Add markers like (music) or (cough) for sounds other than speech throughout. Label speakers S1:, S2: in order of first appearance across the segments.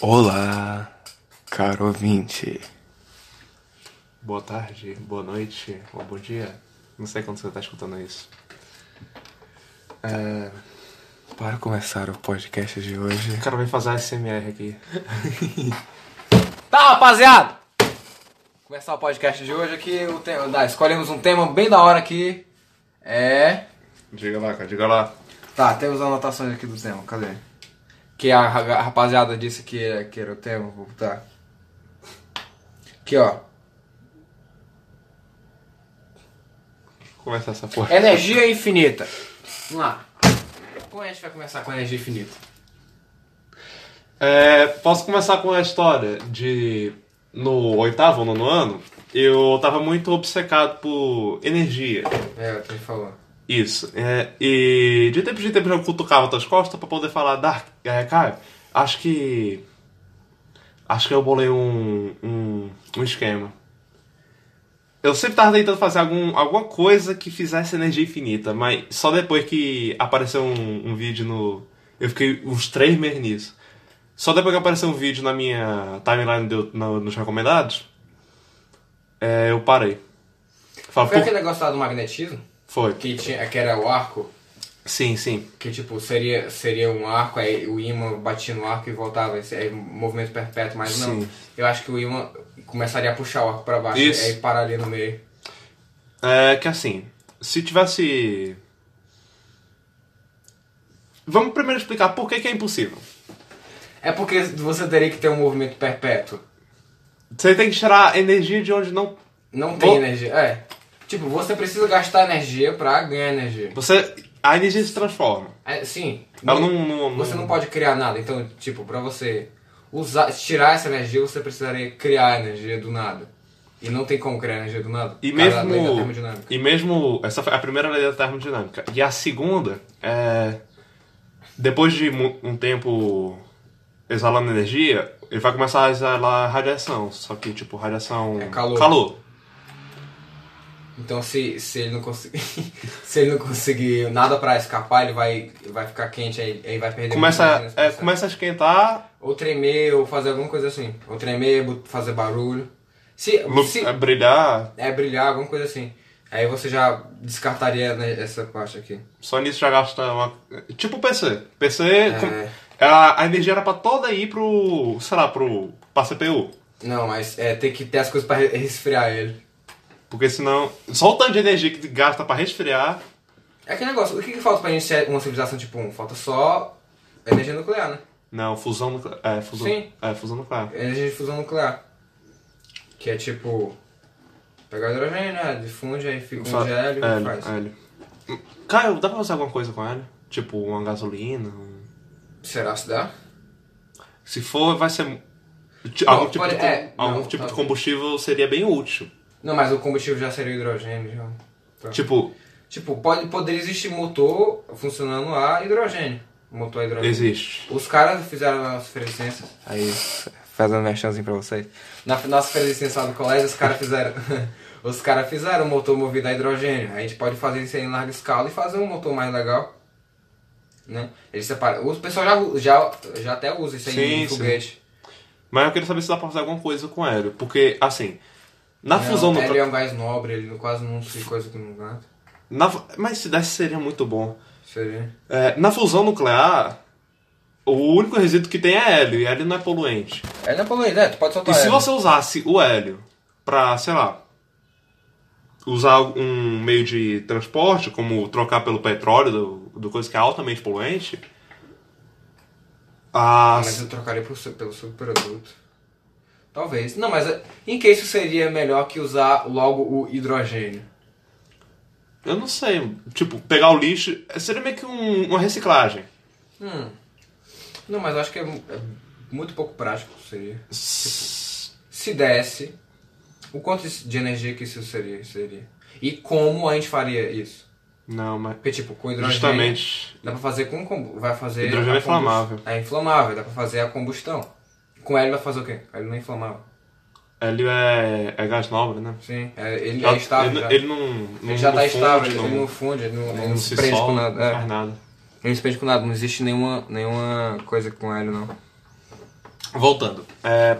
S1: Olá, caro ouvinte.
S2: Boa tarde, boa noite, ou bom dia. Não sei quando você está escutando isso. É,
S1: Para começar o podcast de hoje,
S2: O cara vai fazer ASMR aqui.
S3: Tá, rapaziada! Começar o podcast de hoje aqui, o tema, dá, escolhemos um tema bem da hora aqui. É.
S2: Diga lá, cara, diga lá.
S3: Tá, temos anotações aqui do tema, cadê? Que a ra- a rapaziada disse que, era- que era o tema, vou botar. Aqui, ó.
S2: Começa essa porra.
S3: Energia infinita. Vamos lá. Como a gente vai começar com energia infinita?
S2: É, posso começar com a história de. No oitavo, nono ano, eu tava muito obcecado por energia.
S3: É, o que ele falou.
S2: Isso. é, e de tempo em tempo eu cutucava tuas costas pra poder falar, Dark, é, cara, acho que. Acho que eu bolei um, um, um esquema. Eu sempre tava tentando fazer algum, alguma coisa que fizesse energia infinita, mas só depois que apareceu um, um vídeo no. Eu fiquei uns três meses nisso. Só depois que apareceu um vídeo na minha timeline do, no- nos recomendados, é, eu parei.
S1: Ah,
S2: Fala,
S3: Foi
S2: "Pô,
S3: aquele negócio lá do magnetismo?
S2: Foi.
S3: Que, tinha, que era o arco?
S2: Sim, sim.
S3: Que tipo, seria, seria um arco, aí o ímã batia no arco e voltava, esse é um movimento perpétuo, mas não.
S2: Sim.
S3: Eu acho que o ímã começaria a puxar o arco pra baixo
S2: Isso.
S3: e aí pararia no meio.
S2: É que assim, se tivesse. Vamos primeiro explicar por que, que é impossível.
S3: É porque você teria que ter um movimento perpétuo.
S2: Você tem que tirar energia de onde não.
S3: Não tem
S2: Bom.
S3: energia. É. Tipo, você precisa gastar energia pra ganhar energia.
S2: Você. A energia se transforma.
S3: É, sim.
S2: Ela não- não-
S3: você
S2: não-
S3: não pode criar nada. Então, tipo, pra você usar, tirar essa energia, você precisaria criar energia do nada. E não tem como criar energia do nada.
S2: E
S3: por causa da lei da
S2: mesmo.
S3: termodinâmica.
S2: E mesmo. Essa foi a primeira lei da termodinâmica. E a segunda é. Depois de mu- um tempo exalando energia, ele vai começar a exalar radiação. Só que, tipo, radiação.
S3: É calor.
S2: Calor.
S3: Então se, se ele não conseguir (laughs) se ele não conseguir nada pra escapar, ele vai vai ficar quente aí, aí vai perder muito
S2: Começa,
S3: energia nesse
S2: é,
S3: processo.
S2: começa a esquentar,
S3: ou tremer ou fazer alguma coisa assim, ou tremer, bot- fazer barulho. Se,
S2: lu-
S3: se
S2: é, brilhar.
S3: é brilhar alguma coisa assim, aí você já descartaria né, essa parte aqui.
S2: Só nisso já gasta uma. Tipo o PC. PC.
S3: É.
S2: com- A, a energia era pra toda ir pro. sei lá, pro. pra CPU.
S3: Não, mas é tem que ter as coisas pra re- resfriar ele.
S2: Porque senão. Só o tanto de energia que gasta pra resfriar.
S3: É aquele negócio, o que, que falta pra gente ser uma civilização tipo 1? Falta só energia nuclear, né?
S2: Não, fusão nuclear. É, fusão.
S3: Sim.
S2: É, fusão nuclear.
S3: energia de fusão nuclear. Que é tipo. Pegar hidrogênio, né? Difunde, aí fica um
S2: Só-
S3: de hélio
S2: é,
S3: e faz.
S2: hélio. Cara, dá pra fazer alguma coisa com hélio? Tipo, uma gasolina? um-
S3: Será que dá?
S2: Se for, vai ser. ti-
S3: Não,
S2: algum tipo,
S3: pode-
S2: de, com-
S3: é,
S2: algum
S3: não,
S2: tipo de
S3: tá.
S2: combustível seria bem útil.
S3: Não, mas o combustível já seria o hidrogênio. Já. Então, tipo,
S2: Tipo,
S3: pode, poderia existir motor funcionando a hidrogênio. Motor a hidrogênio.
S2: existe.
S3: Os caras fizeram nas feiras de ciências.
S1: aí
S3: um
S1: fazendo merchanzinho pra vocês.
S3: Na nossa feira de ciências lá do colégio, os caras fizeram. (laughs) os caras fizeram um motor movido a hidrogênio. A gente pode fazer isso aí em larga escala e fazer um motor mais legal. Né? Eles separam. O pessoal já, u- já, já até usa isso aí
S2: Sim,
S3: em
S2: sim.
S3: foguete.
S2: Mas eu queria saber se dá pra fazer alguma coisa com hélio. Porque, assim, na
S3: Não,
S2: fusão
S3: Ele é
S2: nuclear.
S3: um gás nobre, ele quase não se coisa com nada.
S2: Na... Mas se desse seria muito bom.
S3: Seria.
S2: É, na fusão nuclear, o único resíduo que tem é hélio, e hélio não é poluente.
S3: É, não é poluído, é, tu pode soltar
S2: E se
S3: ele.
S2: você usasse o hélio pra, sei lá, usar um meio de transporte, como trocar pelo petróleo, do, do coisa que é altamente poluente,
S3: Ah,
S2: a,
S3: Mas eu trocaria pro su- pelo subproduto. Talvez. Não, mas é, em que isso seria melhor que usar logo o hidrogênio?
S2: eu não sei, tipo, pegar o lixo, seria meio que um- uma reciclagem.
S3: Hum. Não, mas eu acho que é, mu- é muito pouco prático seria. Tipo, Se desse, o quanto isso- de energia que isso seria? seria? E como a gente faria isso?
S2: Não, mas
S3: Porque, tipo, com hidrogênio...
S2: justamente
S3: Dá pra fazer com... com- Vai fazer...
S2: Hidrogênio
S3: a
S2: é
S3: combus-
S2: inflamável.
S3: É inflamável, dá pra fazer a combustão. Com hélio vai fazer o quê? Hélio não é inflamável.
S2: hélio é, é gás nobre, né?
S3: Sim, é- ele
S2: Já-
S3: é estável
S2: ele,
S3: já.
S2: ele não, não
S3: Ele já
S2: não
S3: tá
S2: funde,
S3: estável,
S2: não-
S3: ele não funde, ele não, ele
S2: Não,
S3: não
S2: se
S3: se prende com
S2: solda,
S3: nada.
S2: não
S3: É.
S2: faz nada.
S3: Ele não se prende com nada, não existe nenhuma, nenhuma coisa com hélio, não.
S2: Voltando. É,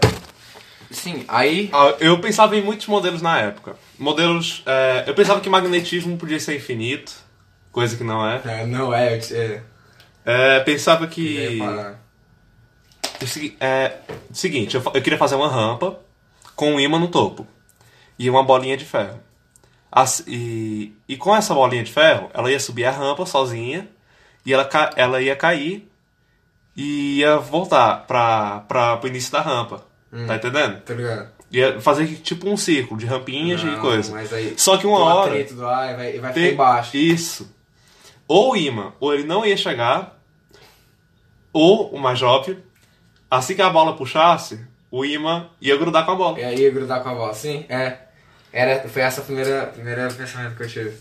S3: Sim, aí.
S2: ah, eu pensava em muitos modelos na época. Modelos. é, eu pensava que magnetismo podia ser infinito, coisa que não é.
S3: É, não é, eu te- é,
S2: É, pensava
S3: eu ia
S2: que.
S3: falar.
S2: O segui- é, seguinte, eu, fa- eu queria fazer uma rampa com um imã no topo e uma bolinha de ferro. As- e, e com essa bolinha de ferro, ela ia subir a rampa sozinha e ela, ca- ela ia cair e ia voltar pra, pra, pro início da rampa. Tá entendendo?
S3: Tá ligado?
S2: Ia fazer tipo um círculo de rampinhas e
S3: Não,
S2: coisa.
S3: Mas aí,
S2: Só que uma
S3: todo
S2: hora-
S3: atrito do ar, vai, vai
S2: Tem-
S3: ficar embaixo.
S2: Isso. Ou o imã, ou ele não ia chegar, ou o mais óbvio, assim que a bola puxasse, o imã ia grudar com a bola.
S3: E aí ia grudar com a bola, sim? É. Era, foi essa a primeira, primeira pensamento que eu tive.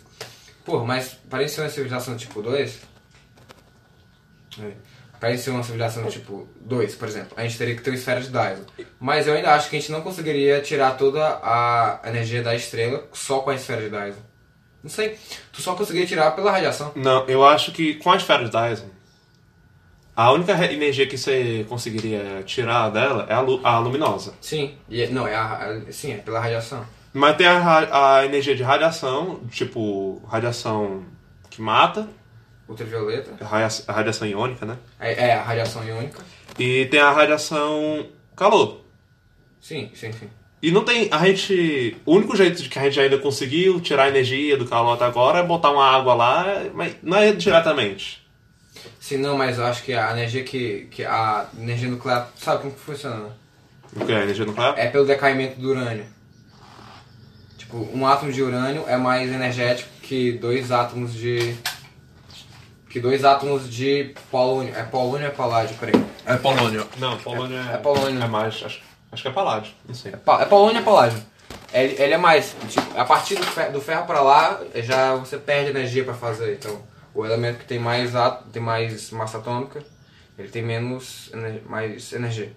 S3: Pô, mas parece ser uma civilização tipo 2? Parece ser uma civilização tipo 2, por exemplo. A gente teria que ter uma esfera de Dyson. Mas eu ainda acho que a gente não conseguiria tirar toda a energia da estrela só com a esfera de Dyson. Não sei. Tu só conseguiria tirar pela radiação.
S2: Não, eu acho que com a esfera de Dyson, a única re- energia que você conseguiria tirar dela é a, lu- a luminosa.
S3: Sim. E, não, é a, a- Sim, é pela radiação.
S2: Mas tem a, ra- a energia de radiação, tipo, radiação que mata,
S3: Ultravioleta.
S2: raia- a radiação iônica, né?
S3: É, é a radiação iônica.
S2: E tem a radiação calor.
S3: Sim, sim, sim.
S2: E não tem. A gente. O único jeito de que a gente ainda conseguiu tirar a energia do calor até agora é botar uma água lá, mas não é diretamente.
S3: Sim, não, mas eu acho que a energia que, que a energia nuclear, sabe como que funciona? né?
S2: O que é energia nuclear?
S3: É pelo decaimento do urânio. Tipo, um átomo de urânio é mais energético que dois átomos de que dois átomos de polônio. É polônio ou é paládio, peraí.
S4: É Polônio.
S2: Não, polônio é.
S3: É polônio.
S2: É mais. Acho, acho que é paládio. Não sei.
S3: Pa- É polônio ou é paládio? Ele, ele é mais, tipo, a partir do ferro, do ferro pra lá, é já você perde energia pra fazer, então o elemento que tem mais ato, tem mais massa atômica, ele tem menos ener- mais energia.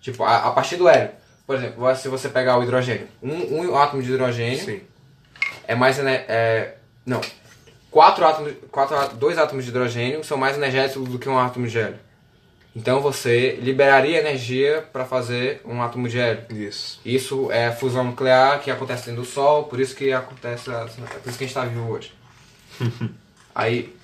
S3: Tipo, a, a partir do hélio, por exemplo, se você pegar o hidrogênio, um, um átomo de hidrogênio
S2: Sim.
S3: é mais ener- é, não, quatro átomos, quatro, á- dois átomos de hidrogênio são mais energéticos do que um átomo de hélio. Então você liberaria energia pra fazer um átomo de hélio.
S2: Isso.
S3: Isso é fusão nuclear que acontece dentro do Sol, por isso que acontece, assim, é por isso que a gente tá vivo hoje. Aí,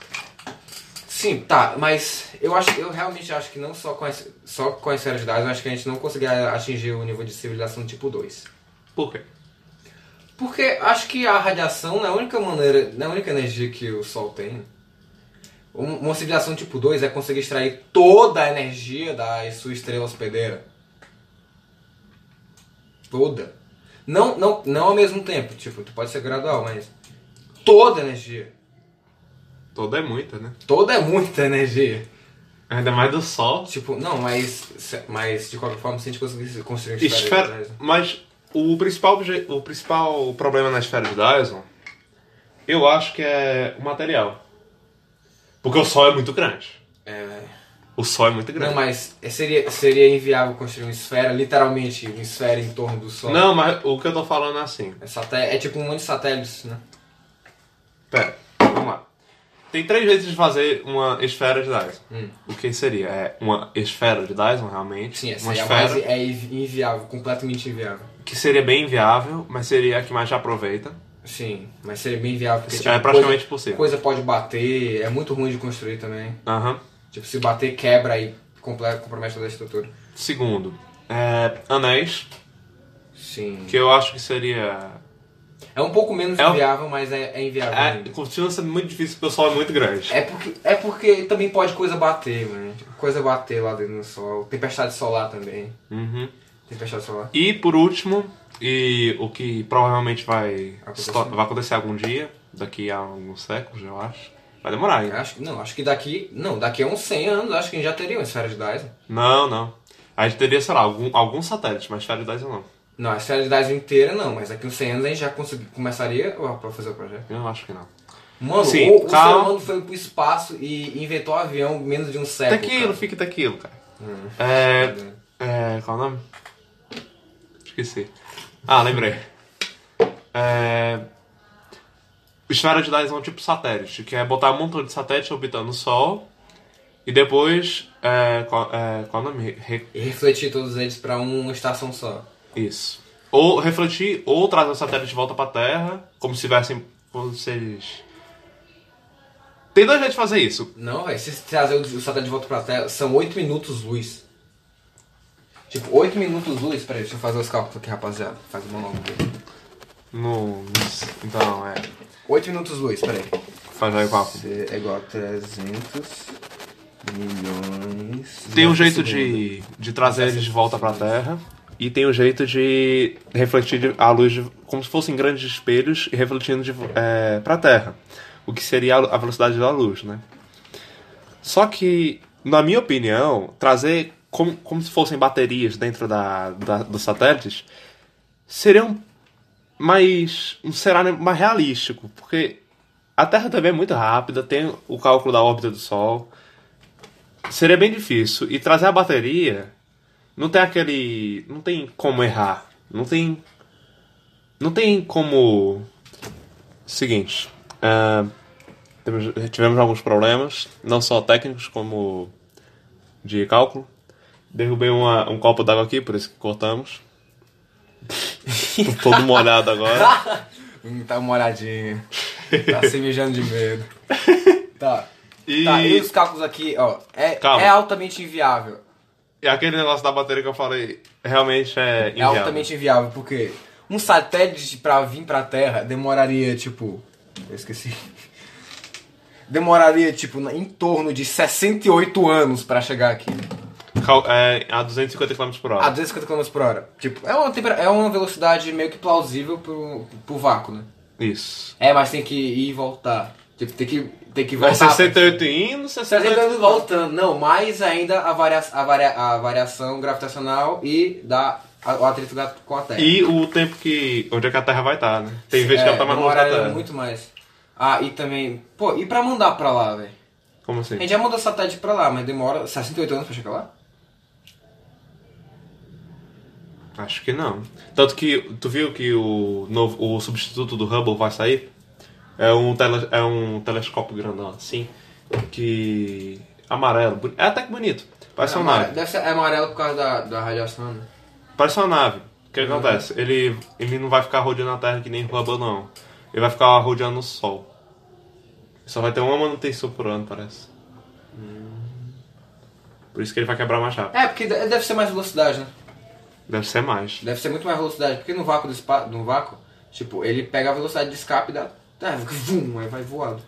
S3: sim, tá, mas eu acho, eu realmente acho que não só com esse, só com as séries de dados, eu acho que a gente não conseguiria atingir o nível de civilização tipo 2.
S2: Por quê?
S3: Porque acho que a radiação não é a única maneira, não é a única energia que o Sol tem. Um- Uma civilização tipo 2 é conseguir extrair toda a energia da sua estrela hospedeira. Toda. Não, não, não ao mesmo tempo, tipo, tu pode ser gradual, mas toda a energia.
S2: Toda é muita, né?
S3: Toda é muita (laughs) energia.
S2: Ainda mais do sol.
S3: Tipo, não, mas, se- mas de qualquer forma, se a gente conseguisse construir uma esfera,
S2: Esfera. Mas o principal, obje- o principal problema na esfera de Dyson, eu acho que é o material. Porque o sol é muito grande.
S3: é,
S2: O sol é muito grande.
S3: Não, mas seria, seria inviável construir uma esfera, literalmente, uma esfera em torno do Sol.
S2: Não, mas o que eu tô falando é assim.
S3: É, saté- é tipo um monte de satélites, né?
S2: Pera, vamos lá. Tem três jeitos de fazer uma esfera de Dyson.
S3: Hum.
S2: O que seria? É uma esfera de Dyson, realmente.
S3: Sim, essa
S2: uma
S3: aí é, a
S2: esfera
S3: mais, é invi- inviável, completamente inviável.
S2: que seria bem inviável, mas seria a que mais já aproveita.
S3: Sim, mas seria bem inviável porque
S2: É
S3: tipo,
S2: praticamente
S3: coisa,
S2: possível.
S3: coisa pode bater, é muito ruim de construir também.
S2: Aham.
S3: Tipo, se bater, quebra e comple- compromete toda a estrutura.
S2: Segundo, é, anéis,
S3: Sim.
S2: que eu acho que seria...
S3: É um pouco menos
S2: É um-
S3: inviável, mas é, é inviável.
S2: É,
S3: ainda.
S2: continua sendo muito difícil porque o sol é muito grande.
S3: É porque, é porque também pode coisa bater, mano. Tipo, Coisa bater lá dentro do sol. Tempestade solar também.
S2: Uhum.
S3: Tempestade solar.
S2: E por último, e o que provavelmente vai,
S3: Acontecer.
S2: vai acontecer algum dia, daqui a alguns séculos, eu acho. Vai demorar ainda.
S3: Acho, que- não, acho que daqui. Não, daqui a uns 100 anos acho que a gente já teria uma esfera de Dyson.
S2: Não, não. A gente teria, sei lá, algum, algum satélite, mas esfera de Dyson não.
S3: Não, a esfera de Dyson inteira não, mas daqui a uns 100 anos a gente já consegui, começaria ó, pra fazer o projeto.
S2: Eu acho que não.
S3: Mano,
S2: Sim,
S3: o, o ser
S2: calma.
S3: humano foi pro espaço e inventou o avião em menos de um século.
S2: Daquilo,
S3: cara.
S2: fique daquilo, cara.
S3: Hum.
S2: É, é. Qual é o nome? Esqueci. Ah, lembrei. É. Esfera de Dyson é um tipo satélite, que é botar um montão de satélite orbitando o Sol E depois, é, qual, é, qual o nome? Re-
S3: E refletir todos eles pra um, uma estação só.
S2: Isso. Ou refletir, ou trazer o satélite de volta pra Terra, como se tivessem. Como se eles... Tem dois jeitos de fazer isso.
S3: Não, velho, se trazer o o satélite de volta pra Terra, são 8 minutos luz. Tipo, 8 minutos luz, peraí, deixa eu fazer os cálculos aqui, rapaziada. Faz o monólogo dele.
S2: No. Então, é.
S3: 8 minutos luz, peraí.
S2: Faz aí o cálculo.
S3: Cê É igual a 300 milhões.
S2: Tem um jeito de, de trazer eles de volta pra Terra. E tem um jeito de refletir de- a luz de- como se fossem grandes espelhos e refletindo de, vo- é, pra Terra. O que seria a a velocidade da luz, né? Só que, na minha opinião, trazer como, como se fossem baterias dentro da, da- dos satélites seria um mais um cenário mais realístico, porque a Terra também é muito rápida, tem o cálculo da órbita do Sol. Seria bem difícil. E trazer a bateria não tem aquele. não tem como errar. Não tem. Não tem como. Seguinte. ah, temos- tivemos alguns problemas, não só técnicos como de cálculo. Derrubei uma- um copo d'água aqui, por isso que cortamos. Tô todo molhado agora.
S3: (laughs) Hum, Tá molhadinho. Tá se mijando de medo. Tá.
S2: E-
S3: Tá, e os cálculos aqui, ó. É,
S2: Calma.
S3: é altamente inviável.
S2: E aquele negócio da bateria que eu falei realmente é
S3: É
S2: inviável.
S3: altamente inviável, porque um satélite pra vir pra Terra demoraria, tipo. Eu esqueci. Demoraria, tipo, na- em torno de 68 anos pra chegar aqui.
S2: Cal- é, a 250 km por
S3: A
S2: hora.
S3: 250 km por hora. Tipo, é uma, tempera- é uma velocidade meio que plausível pro, pro vácuo, né?
S2: Isso.
S3: É, mas tem que ir e voltar. Tipo, tem que, tem que
S2: Vai
S3: voltar.
S2: 68 indo, 68
S3: 60 voltando, não, mais ainda a, varia a, varia a variação gravitacional e da, a- o atrito da- com a Terra.
S2: E o tempo que. Onde é que a Terra vai estar, né? Tem vezes que
S3: é,
S2: ela tá mais longe da
S3: demoraria
S2: Terra.
S3: muito mais. Ah, e também. Pô, e pra mandar pra lá, velho?
S2: Como
S3: A
S2: assim?
S3: gente já mandou satélite pra lá, mas demora 68 anos pra chegar lá?
S2: Acho que não. Tanto que tu viu que o, novo, o substituto do Hubble vai sair? É um, tele, é um telescópio grandão assim. Que. amarelo. boni- É até que bonito. Parece
S3: é,
S2: uma
S3: amare-
S2: nave.
S3: Deve ser é amarelo por causa da, da radiação, né?
S2: Parece uma nave. O
S3: É.
S2: que acontece? Ele, ele não vai ficar rodeando a Terra que nem o Hubble, não. Ele vai ficar rodeando o Sol. Só vai ter uma manutenção por ano, parece.
S3: Hum.
S2: Por isso que ele vai quebrar mais rápido.
S3: É, porque de- deve ser mais velocidade, né?
S2: Deve ser mais.
S3: Deve ser muito mais velocidade, porque no vácuo do espaço, no vácuo, tipo, ele pega a velocidade de escape da. Ah, vum, aí vai voado.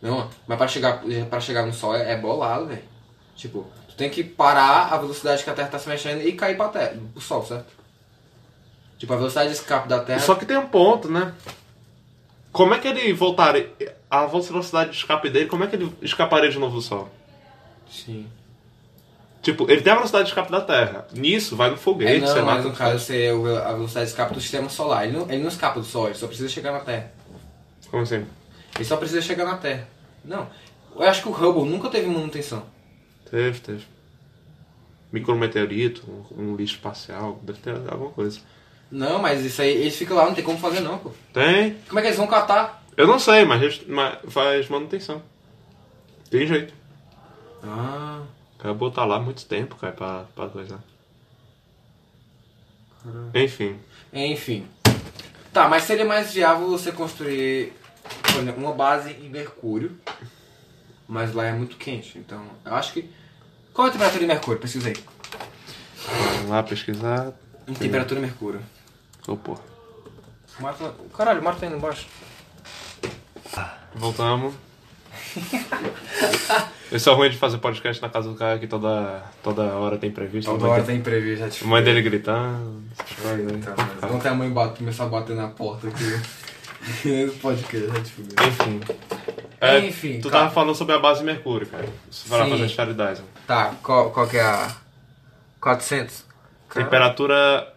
S3: Não, mas pra chegar, pra chegar no sol é, é bolado, velho. Tipo, tu tem que parar a velocidade que a Terra tá se mexendo e cair pra terra, pro sol, certo? Tipo, a velocidade de escape da Terra.
S2: Só que tem um ponto, né? Como é que ele voltaria. A velocidade de escape dele, como é que ele escaparia de novo do Sol?
S3: Sim.
S2: Tipo, ele tem a velocidade de escape da Terra. Nisso, vai no
S3: É,
S2: foguete, sei
S3: não,
S2: lá.
S3: mas no
S2: tá-
S3: caso seria o- a velocidade de escape do sistema solar. Ele não, ele não escapa do sol, ele só precisa chegar na Terra.
S2: Como assim?
S3: Ele só precisa chegar na Terra. Não. Eu acho que o Hubble nunca teve manutenção.
S2: Teve, teve. Micrometeorito, um, um lixo espacial, deve ter alguma coisa.
S3: Não, mas isso aí, eles ficam lá, não tem como fazer não, pô.
S2: Tem?
S3: Como é que eles vão catar?
S2: Eu não sei, mas, eles- mas faz manutenção. Tem jeito.
S3: Ah,
S2: Acabou tá lá há muito tempo, cara, pra, pra coisa. Enfim.
S3: enfim. Tá, mas seria mais viável você construir por exemplo, uma base em Mercúrio. Mas lá é muito quente, então eu acho que. Qual é a temperatura de Mercúrio? Pesquisa aí.
S2: Vamos lá pesquisar.
S3: Em temperatura de Mercúrio.
S2: Ô, porra.
S3: O Marta... Caralho, o Marta tá indo embaixo. (laughs)
S2: Voltamos. Eu sou ruim de fazer podcast na casa do cara que toda, toda hora tem previsto.
S3: Toda
S2: mãe
S3: hora
S2: dele-
S3: tem imprevisto, já te então.
S2: Mãe dele gritando. essas coisas
S3: (laughs)
S2: aí.
S3: Eita, mas Não Tá tem a mãe bate, começar a bater na porta (laughs) aqui. Esse podcast já te fudeu.
S2: Enfim. É,
S3: Enfim,
S2: tu
S3: cara.
S2: tava falando sobre a base de Mercúrio, cara. Isso vai lá
S3: Sim.
S2: fazer charidade.
S3: Tá, qual, qual que é a. 400?
S2: Temperatura.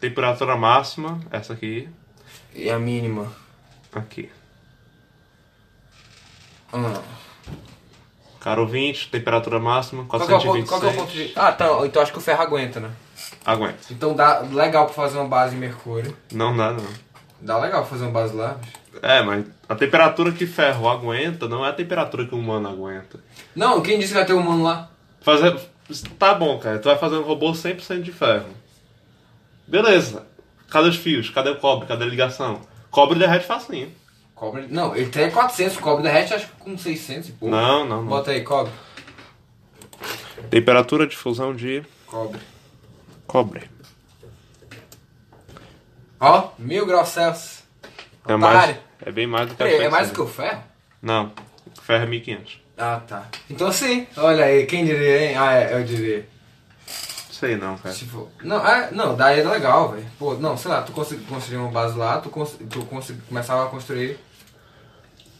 S2: Temperatura máxima, essa aqui.
S3: E a mínima?
S2: Aqui.
S3: Ah.
S2: Caro 20, temperatura máxima,
S3: Qual que, é o ponto,
S2: 426.
S3: qual que é o ponto de... Ah, então, então acho que o ferro aguenta, né?
S2: Aguenta.
S3: Então dá legal pra fazer uma base em mercúrio.
S2: Não dá, não.
S3: Dá legal fazer um basilar, bicho.
S2: É, mas a temperatura que ferro aguenta não é a temperatura que o humano aguenta.
S3: Não, quem disse que vai ter um humano lá?
S2: Fazer. Tá bom, cara. Tu vai fazer um robô 100% de ferro. Beleza. Cadê os fios? Cadê o cobre? Cadê a ligação? Cobre derrete facinho.
S3: Cobre. Não, ele tem 400, cobre derrete acho que com 600 e pouco.
S2: Não, não, não.
S3: Bota aí, cobre.
S2: Temperatura de fusão de
S3: Cobre.
S2: cobre.
S3: Ó, mil graus Celsius.
S2: É
S3: Otário.
S2: mais. É bem mais do que a
S3: Peraí, é
S2: gente
S3: mais do
S2: pensa.
S3: que o ferro?
S2: Não. Ferro é 1500.
S3: Ah, tá. Então sim, olha aí, quem diria, hein? Ah, é, eu diria.
S2: Sei não, cara.
S3: Tipo, não, é, não, daí é legal, velho. Pô, não, sei lá, tu conseguiu construir uma base lá, tu, cons tu consegui, começava a construir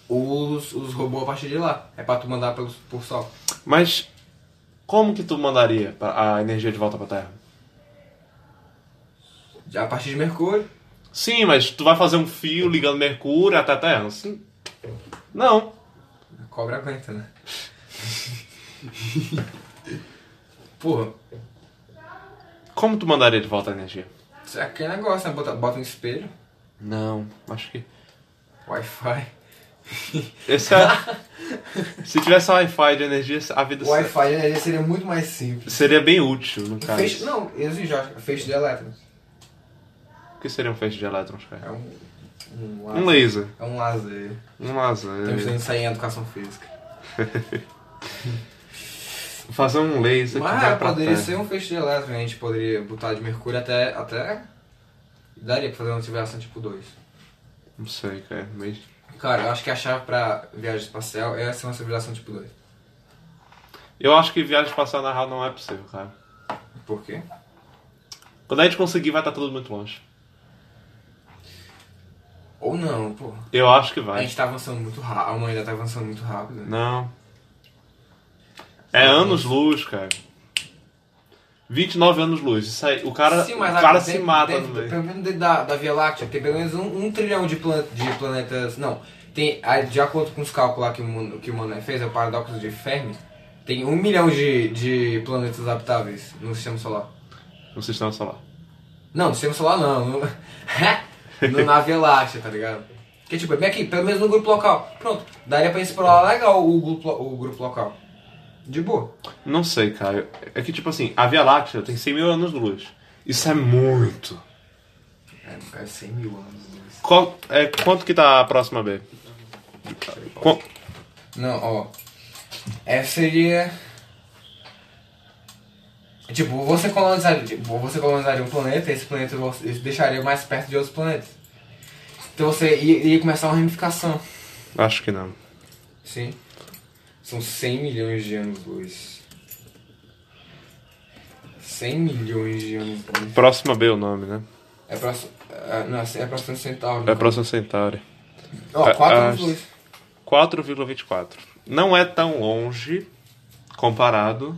S3: os, os robôs a partir de lá. É pra tu mandar pelos, por sol.
S2: Mas como que tu mandaria pra- a energia de volta pra Terra?
S3: Já a partir de Mercúrio.
S2: Sim, mas tu vai fazer um fio ligando Mercúrio até a Terra? Sim. Não.
S3: A cobra aguenta, né? (laughs) Porra,
S2: Como tu mandaria de volta a energia?
S3: isso é aquele negócio, né? Bota, bota um espelho,
S2: Não, acho que.
S3: Wi-Fi.
S2: Esse é... (laughs) Se tivesse Wi-Fi de energia, a vida se-
S3: Wi-Fi né, seria muito mais simples.
S2: seria bem útil, no caso.
S3: Feixe, não, exige, já, é feixe de elétrons.
S2: O que seria um feixe de elétrons, cara?
S3: É um. Um laser.
S2: Um laser.
S3: É um laser.
S2: Um laser.
S3: Estamos tentando sair em educação física.
S2: Fazer um laser que vai
S3: Mas
S2: pra
S3: poderia
S2: terra.
S3: ser um feixe de elétrons, a gente poderia botar de mercúrio até. até... Daria pra fazer uma civilização tipo 2. um-
S2: Não sei, cara. Mas...
S3: Cara, eu acho que a chave pra viagem espacial é ser uma civilização tipo 2.
S2: Eu acho que viagem espacial na real não é possível, cara.
S3: Por quê?
S2: Quando a gente conseguir, vai estar tudo muito longe.
S3: Ou não, pô.
S2: Eu acho que
S3: A
S2: vai.
S3: gente tá avançando muito rápido. A humanidade tá avançando muito rápido. né?
S2: Não. É anos-luz, cara. 29 anos-luz. Isso aí, o cara,
S3: Sim,
S2: o
S3: mas
S2: cara
S3: ah,
S2: se
S3: dentro-
S2: mata
S3: dentro-
S2: no meio.
S3: Pelo menos dentro da, da Via Láctea tem pelo menos um, um trilhão de, plan- de planetas. Não, tem. ah, De acordo com os cálculos lá que o, Mon- que o Monet fez, é o paradoxo de Fermi, tem um milhão de, de planetas habitáveis no sistema solar.
S2: No sistema solar.
S3: Não, no sistema solar não. No, (laughs) no- na Via Láctea, tá ligado? Que tipo, é bem aqui, pelo menos no grupo local. Pronto, daria pra explorar legal o grupo, lo- o grupo local. De boa.
S2: Não sei, cara. É que, tipo assim, a Via Láctea tem 100 mil anos-luz. Isso é muito.
S3: É, é 100 mil anos.
S2: Qual, é, quanto que tá a próxima B? Qu-
S3: Não, ó. Essa seria. Tipo, você colonizaria, tipo, você colonizaria um planeta, esse planeta você esse deixaria mais perto de outros planetas. Então você ia, ia começar uma ramificação.
S2: acho que não.
S3: Sim. São 100 milhões de anos luz. 100 milhões de anos luz.
S2: Próxima B é o nome, né?
S3: É próximo. é, não, é próximo Centauro.
S2: É
S3: né?
S2: a próxima Centauri.
S3: Ó,
S2: é-
S3: 4
S2: é-
S3: anos luz.
S2: 4,24. Não é tão longe comparado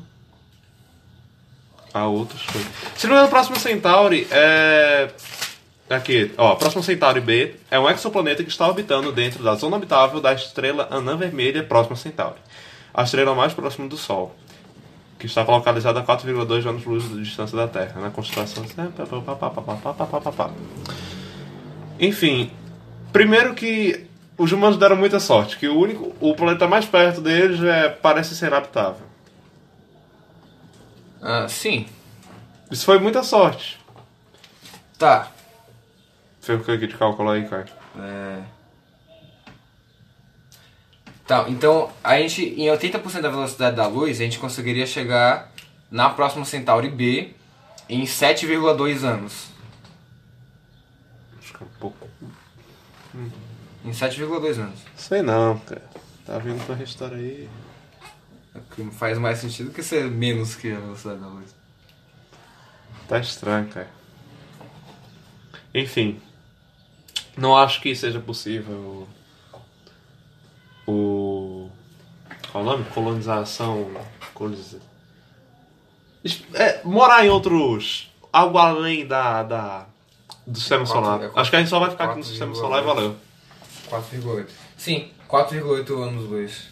S2: a outros. coisas. Se não me engano, o próximo Centauri é. Aqui, ó, o próximo Centauri B é um exoplaneta que está orbitando dentro da zona habitável da estrela anã vermelha próxima a Centauri, a estrela mais próxima do Sol, que está localizada a 4,2 anos-luz de distância da Terra, na constelação. Enfim, primeiro que os humanos deram muita sorte, que o único, o planeta mais perto deles é, parece ser habitável.
S3: Ah, sim.
S2: Isso foi muita sorte.
S3: Tá.
S2: Foi o que aqui de cálculo aí, cara.
S3: É. Tá, então a gente em 80% da velocidade da luz, a gente conseguiria chegar na próxima Centauri B em 7,2 anos.
S2: Acho que é um pouco.
S3: Em 7,2 anos.
S2: Sei não, cara. Tá vindo pra restaurar aí.
S3: O que faz mais sentido que ser menos que a velocidade da luz.
S2: Tá estranho, cara. Enfim. Não acho que seja possível o. Qual é o nome? Colonização. Coloniza... Es- é, morar em outros. Algo além da. da do sistema
S3: Quatro-
S2: solar.
S3: é quatro-
S2: acho que a gente só vai ficar com o
S3: quatro
S2: sistema
S3: vírgula
S2: solar e
S3: dois.
S2: valeu.
S3: 4,8. Sim, 4,8 anos luz.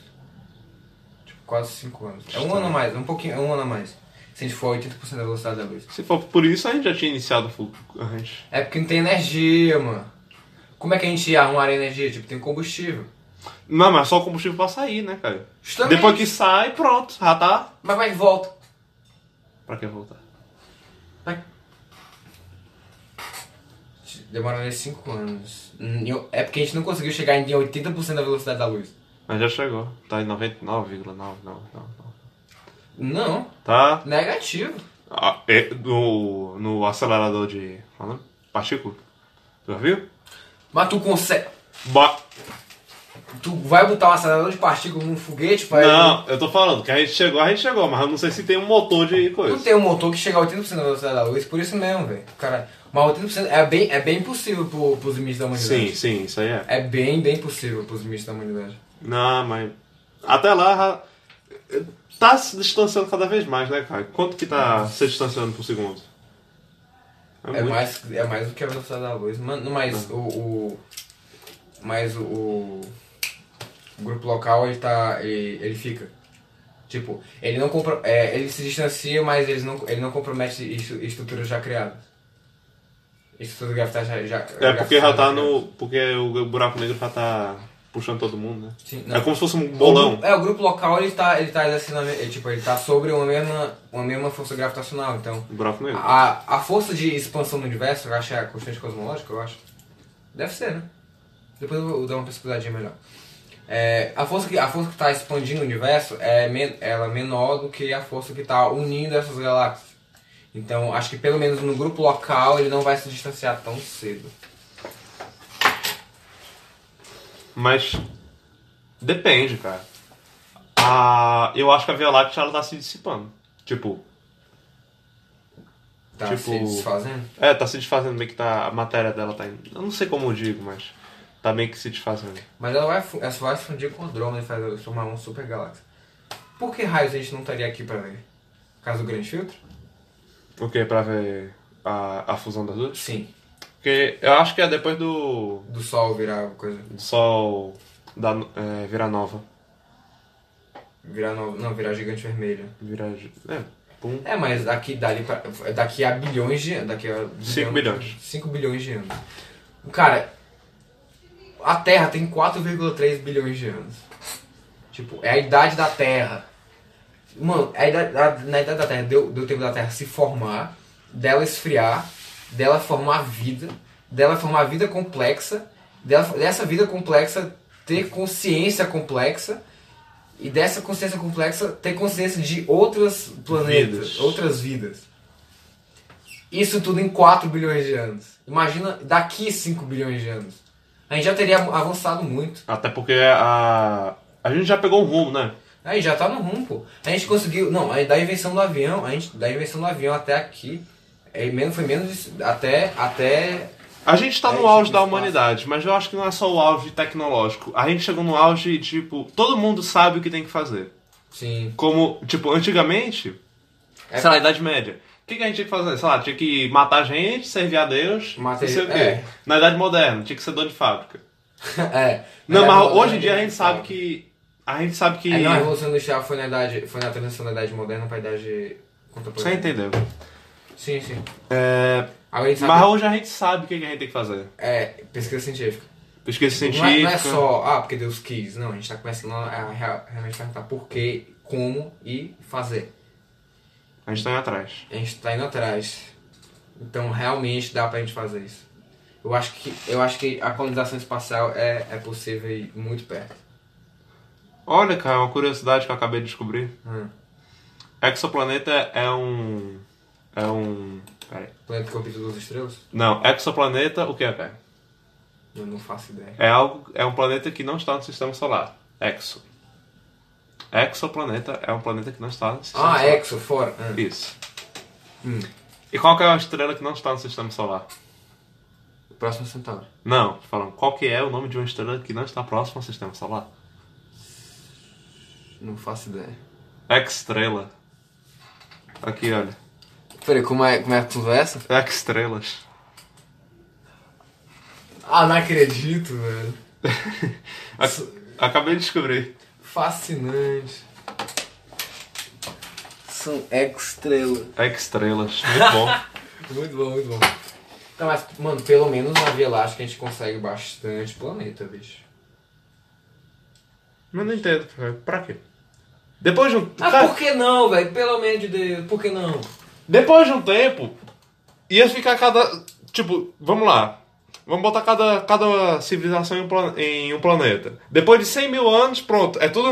S3: Tipo, quase 5 anos. É um ano a mais, um pouquinho, é um ano a mais. Se a gente for 80% da velocidade da luz.
S2: Se for por isso, a gente já tinha iniciado o fogo antes.
S3: É porque não tem energia, mano. Como é que a gente arrumaria energia? Tipo, tem combustível.
S2: Não, mas é só o combustível pra sair, né, cara?
S3: Justamente.
S2: Depois que sai, pronto, já tá.
S3: Mas vai e volta.
S2: Pra que voltar?
S3: Vai. Demoraria 5 anos. Hum, eu- É porque a gente não conseguiu chegar em 80% da velocidade da luz.
S2: Mas já chegou. Tá em 99,999.
S3: Não,
S2: Tá?
S3: negativo.
S2: Ah, é, no, no acelerador de. qual é o nome? Partícula. Tu já viu?
S3: Mas tu consegue.
S2: Ba-
S3: Tu vai botar um acelerador de partícula num foguete pra.
S2: Não, eu tô falando que a gente chegou, a gente chegou, mas eu não sei se tem um motor de coisa.
S3: Não tem um motor que chega a 80% da velocidade da luz, por isso mesmo, velho. Cara, mas 80% é bem, é bem possível pro, pros limites da humanidade.
S2: Sim, sim, isso aí é.
S3: É bem, bem possível pros limites da humanidade.
S2: Não, mas. Até lá. já- Tá se distanciando cada vez mais, né, cara? Quanto que tá se distanciando por segundo?
S3: É mais, é mais do que a velocidade da luz. Mano, mas o, o. Mas o. o grupo local ele tá. Ele, ele fica. Tipo, ele não compro, é, ele se distancia, mas ele não, ele não compromete estru- estruturas já criadas. Estrutura gravitacional já.
S2: É porque já tá
S3: criadas.
S2: no. Porque o buraco negro já tá puxando todo mundo, né?
S3: Sim, não.
S2: é como se fosse um
S3: O
S2: bolão.
S3: grupo- é, o grupo local ele tá, ele tá exercendo a me- ele, tipo, ele tá sobre uma mesma, uma mesma força gravitacional, então.
S2: O buraco negro.
S3: A, a força de expansão do universo, eu acho que é a constante cosmológica, eu acho. Deve ser, né? Depois eu vou dar uma pesquisadinha melhor. É, a, força que, a força que tá expandindo o universo é men- ela é menor do que a força que tá unindo essas galáxias. Então, acho que pelo menos no grupo local ele não vai se distanciar tão cedo.
S2: Mas. Depende, cara. A... Eu acho que a Via Láctea ela tá se dissipando. Tipo.
S3: Tá se
S2: Tipo-
S3: desfazendo?
S2: É, tá se desfazendo meio que tá. A matéria dela tá indo. Eu não sei como eu digo, mas. Tá meio que se desfazendo.
S3: Mas ela vai, fu- ela só vai se fundir com o Andrômeda e fazer, formar uma super galáxia. Por que raios a gente não estaria aqui pra ver? Caso do grande filtro?
S2: O que? Pra ver a, a fusão das duas?
S3: Sim.
S2: Porque eu acho que é depois do.
S3: Do Sol virar coisa.
S2: do Sol. Da, no- é, virar nova.
S3: Virar no- Não, virar gigante vermelho.
S2: Virar. ju- É, pum.
S3: É, mas daqui, dali pra, daqui a bilhões de anos. Daqui a
S2: Cinco bilhões.
S3: 5 bilhões de anos. Cara, a Terra tem 4,3 bilhões de anos. Tipo, é a idade da Terra. Mano, é a idade, a- na idade da Terra deu, deu tempo da Terra se formar, dela esfriar, dela formar vida, dela formar vida complexa, dela, dessa vida complexa ter consciência complexa. E dessa consciência complexa ter consciência de outros planetas,
S2: Vidas.
S3: outras vidas. Isso tudo em 4 bilhões de anos. Imagina daqui 5 bilhões de anos. A gente já teria avançado muito.
S2: Até porque a. A gente já pegou um rumo, né?
S3: Aí já tá no rumo, pô. A gente conseguiu. Não, aí da invenção do avião, a gente, da invenção do avião até aqui. É, menos, foi menos de- até. Até.
S2: A gente tá
S3: É,
S2: no
S3: isso
S2: auge da
S3: mesmo,
S2: humanidade, mas eu acho que não é só o auge tecnológico. A gente chegou no auge, tipo, todo mundo sabe o que tem que fazer.
S3: Sim. (laughs)
S2: Como, tipo, antigamente,
S3: É.
S2: sei lá, Idade Média. O que, que a gente tinha que fazer? Sei lá, tinha que matar gente, servir a Deus,
S3: Matar-
S2: não sei o quê.
S3: é.
S2: Na Idade Moderna, tinha que ser dono de fábrica.
S3: é.
S2: Não,
S3: Era
S2: mas
S3: moderno,
S2: hoje em dia a gente sabe
S3: sabe.
S2: que. A gente sabe que.
S3: É, não, a Revolução Industrial foi na idade. Foi na transição da idade moderna pra idade
S2: Você
S3: contemporânea.
S2: entendeu?
S3: Sim, sim.
S2: É,
S3: Agora a gente sabe.
S2: mas hoje a gente sabe o que, que a gente tem que fazer.
S3: É, pesquisa científica. Não
S2: Pesquisa
S3: é,
S2: científica.
S3: não é só, ah, porque Deus quis. Não, a gente tá começando a real- realmente perguntar por quê, como e fazer.
S2: A gente tá indo atrás.
S3: A gente tá indo atrás. Então realmente dá pra gente fazer isso. Eu acho que, eu acho que a colonização espacial é, é possível e muito perto.
S2: Olha, cara, uma curiosidade que eu acabei de descobrir.
S3: Hum.
S2: Exoplaneta é um. É um. Peraí.
S3: Planeta que orbita duas estrelas?
S2: Não, exoplaneta, o que é, cara?
S3: Eu não faço ideia.
S2: É, algo, é um planeta que não está no sistema solar. Exo. Exoplaneta é um planeta que não está no sistema
S3: Ah,
S2: solar.
S3: Exo, fora. Hum.
S2: Isso.
S3: Hum.
S2: E qual que é a estrela que não está no sistema solar?
S3: Próximo Centauro.
S2: Não, tô falando, qual que é o nome de uma estrela que não está próxima ao sistema solar?
S3: Não faço ideia.
S2: Estrela. Aqui, olha.
S3: Peraí, como é, como é a conversa?
S2: Estrelas.
S3: Ah, não acredito, velho.
S2: Acabei de descobrir.
S3: Fascinante. São eco-estrela.
S2: Estrelas. Muito bom.
S3: Muito bom, muito bom. Não, mas, mano, pelo menos na Via Láctea a gente consegue bastante planeta, bicho.
S2: (laughs) Mas não entendo. cara. Pra quê? Depois de um.
S3: Mas
S2: cara,
S3: Ah, por que não, velho? Pelo amor de Deus, por que não?
S2: Depois de um tempo, ia ficar cada. Tipo, vamos lá. Vamos botar cada, cada civilização em um, plan- em um planeta. Depois de 100 mil anos, pronto. É tudo.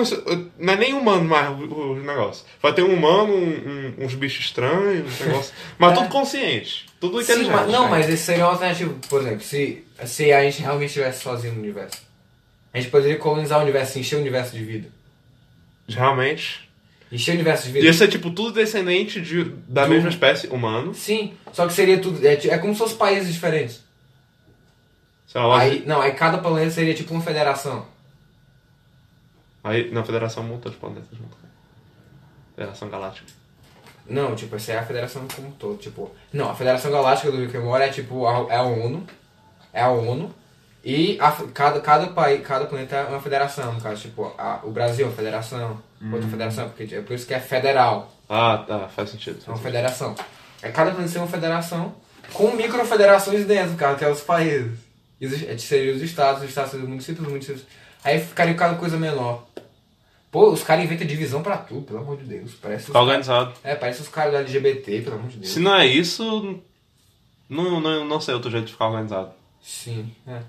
S2: Não é nem humano mais o, o negócio. Vai ter um humano, um- um- uns bichos estranhos, um
S3: (laughs)
S2: negócio. Mas tudo consciente. Tudo
S3: É. Sim,
S2: inteligente.
S3: mas- não,
S2: né?
S3: mas esse seria uma alternativa. Por exemplo, se, se a gente realmente estivesse sozinho no universo, a gente poderia colonizar o universo, encher o universo de vida.
S2: Realmente.
S3: Encher o universo de vida.
S2: Ia ser, tipo, tudo descendente de, da
S3: Do-
S2: mesma espécie, humano.
S3: Sim, só que seria tudo. É, ti- é como se fossem países diferentes.
S2: Sei lá,
S3: Aí, não, aí cada planeta seria tipo uma federação.
S2: Aí, na Federação monta os planetas junto. Federação É, Galáctica.
S3: Não, tipo, essa é a federação como um todo. Tipo, não, a Federação Galáctica do que mora é tipo a, é a ONU. É a ONU. E a, cada, cada país, cada planeta é uma federação, no caso, tipo, a- o Brasil é uma federação, outra federação, porque é por isso que é federal.
S2: Ah, tá, faz sentido.
S3: É
S2: faz
S3: uma
S2: sentido.
S3: federação. É cada planeta ser uma federação com microfederações dentro, cara, que é os países. E os- é, Seriam os estados, os estados seriam os municípios, os municípios. Aí ficaria cada coisa menor. Pô, os caras inventam divisão pra tudo, pelo amor de Deus. Parece os
S2: Tá organizado.
S3: é, parece os caras do LGBT, pelo amor de Deus.
S2: Se não é isso, não, não, não sei outro jeito de ficar organizado.
S3: Sim, é.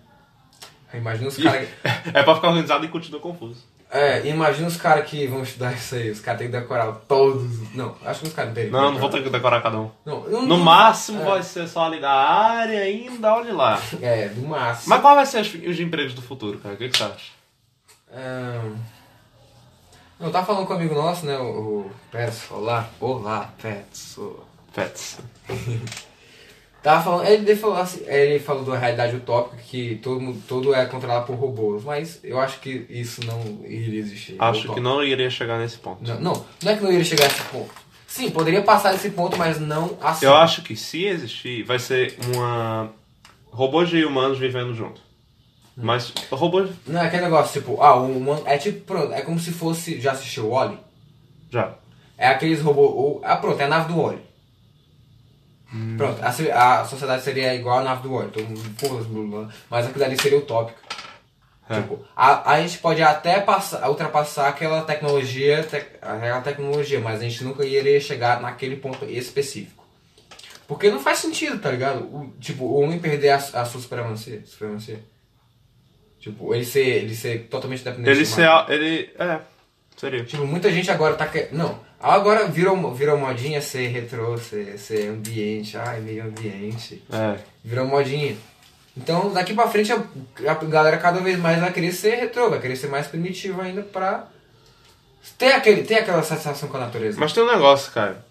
S3: Aí Imagina os
S2: E-
S3: caras.
S2: é pra ficar organizado e continuar confuso.
S3: É, imagina os caras que vão estudar isso aí. Os caras têm que decorar todos. Não, acho que os caras não têm.
S2: Não, não vou ter que decorar cada um.
S3: Não, eu não
S2: No
S3: duvido-
S2: máximo
S3: é,
S2: vai ser só ali da área ainda, olhe lá.
S3: É, no máximo.
S2: Mas qual vai ser as- os empregos do futuro, cara? O que, que você acha?
S3: Ahn, Eu tava falando com um amigo nosso, né? O, o Petso. Olá. Olá, Petso.
S2: Pets.
S3: Tava Tá falando. Ele, ele falou assim, ele falou da realidade utópica que todo, mundo- todo é controlado por robôs. Mas eu acho que isso não iria existir. é
S2: Acho que
S3: Utópico.
S2: não iria chegar nesse ponto.
S3: Não, não, não é que não iria chegar a esse ponto. Sim, poderia passar desse ponto, mas não assim.
S2: Eu acho que se existir, vai ser uma. robôs e humanos vivendo junto. Mas robôs.
S3: Não, é aquele negócio, tipo, ah, o humano. É tipo, pronto, é como se fosse. Já assistiu o Wally?
S2: Já.
S3: É aqueles robôs. Ou, ah, pronto, é a nave do Wally.
S2: Hum.
S3: Pronto, a, ci- a sociedade seria igual à nave do Wally. Todo mundo, porra, blá, blá, blá, mas aquilo ali seria utópico.
S2: É.
S3: Tipo, a, a gente pode até passar, ultrapassar aquela tecnologia, tec- aquela tecnologia, mas a gente nunca iria chegar naquele ponto específico. Porque não faz sentido, tá ligado? O- tipo, o homem perder a, a sua supremacia, supremacia. Tipo, ele ser, ele ser totalmente dependente
S2: Ele
S3: do
S2: se.
S3: mar.
S2: Ele. É. Seria.
S3: Tipo, muita gente agora tá querendo. Não, agora virou, virou modinha ser retrô, ser, ser ambiente, ai, meio ambiente.
S2: É.
S3: Virou modinha. Então, daqui pra frente, a, a galera cada vez mais vai querer ser retrô, vai querer ser mais primitiva ainda pra ter, aquele, ter aquela satisfação com a natureza.
S2: Mas tem um negócio, cara.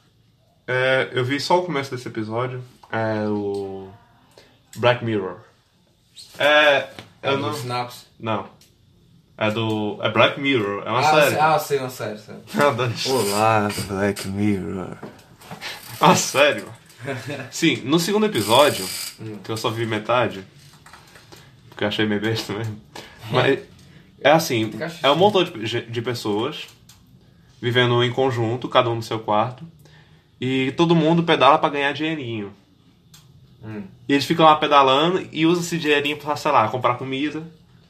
S2: É, eu vi só o começo desse episódio. É o. Black Mirror. É.
S3: É
S2: Eu
S3: do
S2: não.
S3: Sinapse.
S2: Não. É do. É Black Mirror. É uma
S3: ah,
S2: série.
S3: sei- ah, sei, uma série, sério.
S2: Meu Deus.
S1: Olá, Black Mirror.
S2: Ah, sério? Sim, no segundo episódio,
S3: Hum.
S2: que eu só vi metade, porque eu achei meio besta mesmo.
S3: Hum.
S2: Mas é assim,
S3: que assistir.
S2: é um montão de, de pessoas vivendo em conjunto, cada um no seu quarto, e todo mundo pedala pra ganhar dinheirinho.
S3: Hum.
S2: E eles ficam lá pedalando e usam esse dinheirinho pra, sei lá, comprar comida,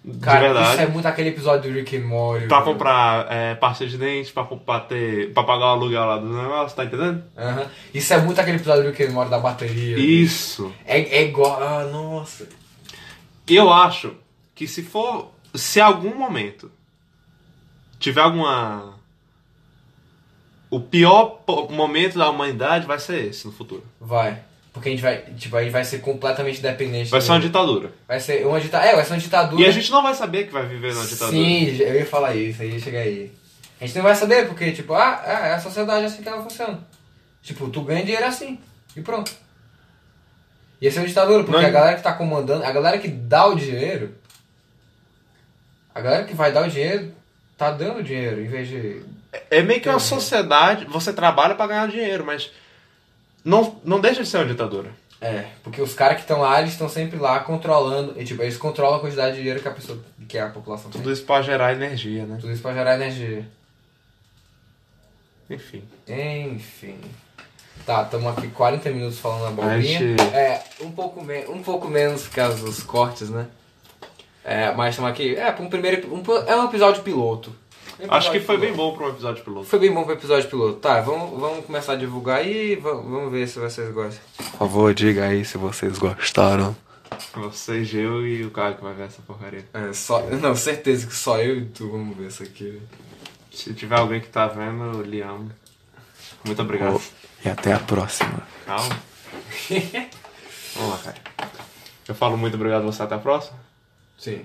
S2: de
S3: Cara,
S2: verdade.
S3: isso é muito aquele episódio do Rick and Morty.
S2: Pra
S3: mano.
S2: comprar é, pasta de dente, pra, comp- pra ter, pra pagar o aluguel lá do negócio, tá entendendo?
S3: Aham. Isso é muito aquele episódio do Rick and Morty da bateria.
S2: Isso.
S3: É, é igual. Ah, nossa.
S2: Eu acho que se for. Se algum momento tiver alguma. O pior po- momento da humanidade vai ser esse no futuro.
S3: Vai. Porque a gente vai, tipo, a gente vai ser completamente dependente.
S2: Vai
S3: do-
S2: ser uma ditadura.
S3: Vai ser uma ditadura. É, vai ser uma ditadura.
S2: E a gente não vai saber que vai viver na ditadura.
S3: Sim, eu ia falar isso, eu ia chegar aí. A gente não vai saber, porque, tipo, ah, ah, é a sociedade é assim que ela funciona. Tipo, tu ganha dinheiro assim. E pronto. Ia ser uma ditadura, porque
S2: Não,
S3: a galera que tá comandando, a galera que dá o dinheiro. A galera que vai dar o dinheiro, tá dando dinheiro, em vez de.
S2: É meio que uma sociedade. Você trabalha pra ganhar dinheiro, mas. Não, não deixa de ser uma ditadura.
S3: É, porque os caras que estão lá, eles estão sempre lá controlando. E, tipo, eles controlam a quantidade de dinheiro que a pessoa. que a população tem.
S2: Tudo isso pra gerar energia, né?
S3: Tudo isso pra gerar energia.
S2: Enfim.
S3: Enfim. Tá, estamos aqui 40 minutos falando abobrinha.
S2: Mas,
S3: É, um pouco, me um pouco menos por causa dos cortes, né? É, mas estamos aqui. É, pra um primeiro. um po- é um episódio piloto. Um
S2: Acho que
S3: episódio
S2: foi bem
S3: piloto.
S2: bom pra um episódio piloto.
S3: Foi bem bom pro episódio piloto. Tá, vamos, vamos começar a divulgar e vamos, vamos ver se vocês gostam.
S1: Por favor, diga aí se vocês gostaram.
S2: Vocês, eu e o cara que vai ver essa porcaria.
S3: É, só, não, certeza que só eu e tu vamos ver isso aqui. né?
S2: Se tiver alguém que tá vendo, eu lhe amo. Muito obrigado.
S1: E até a próxima.
S2: Calma. Vamos lá, cara. Eu falo muito obrigado você até a próxima.
S3: Sim.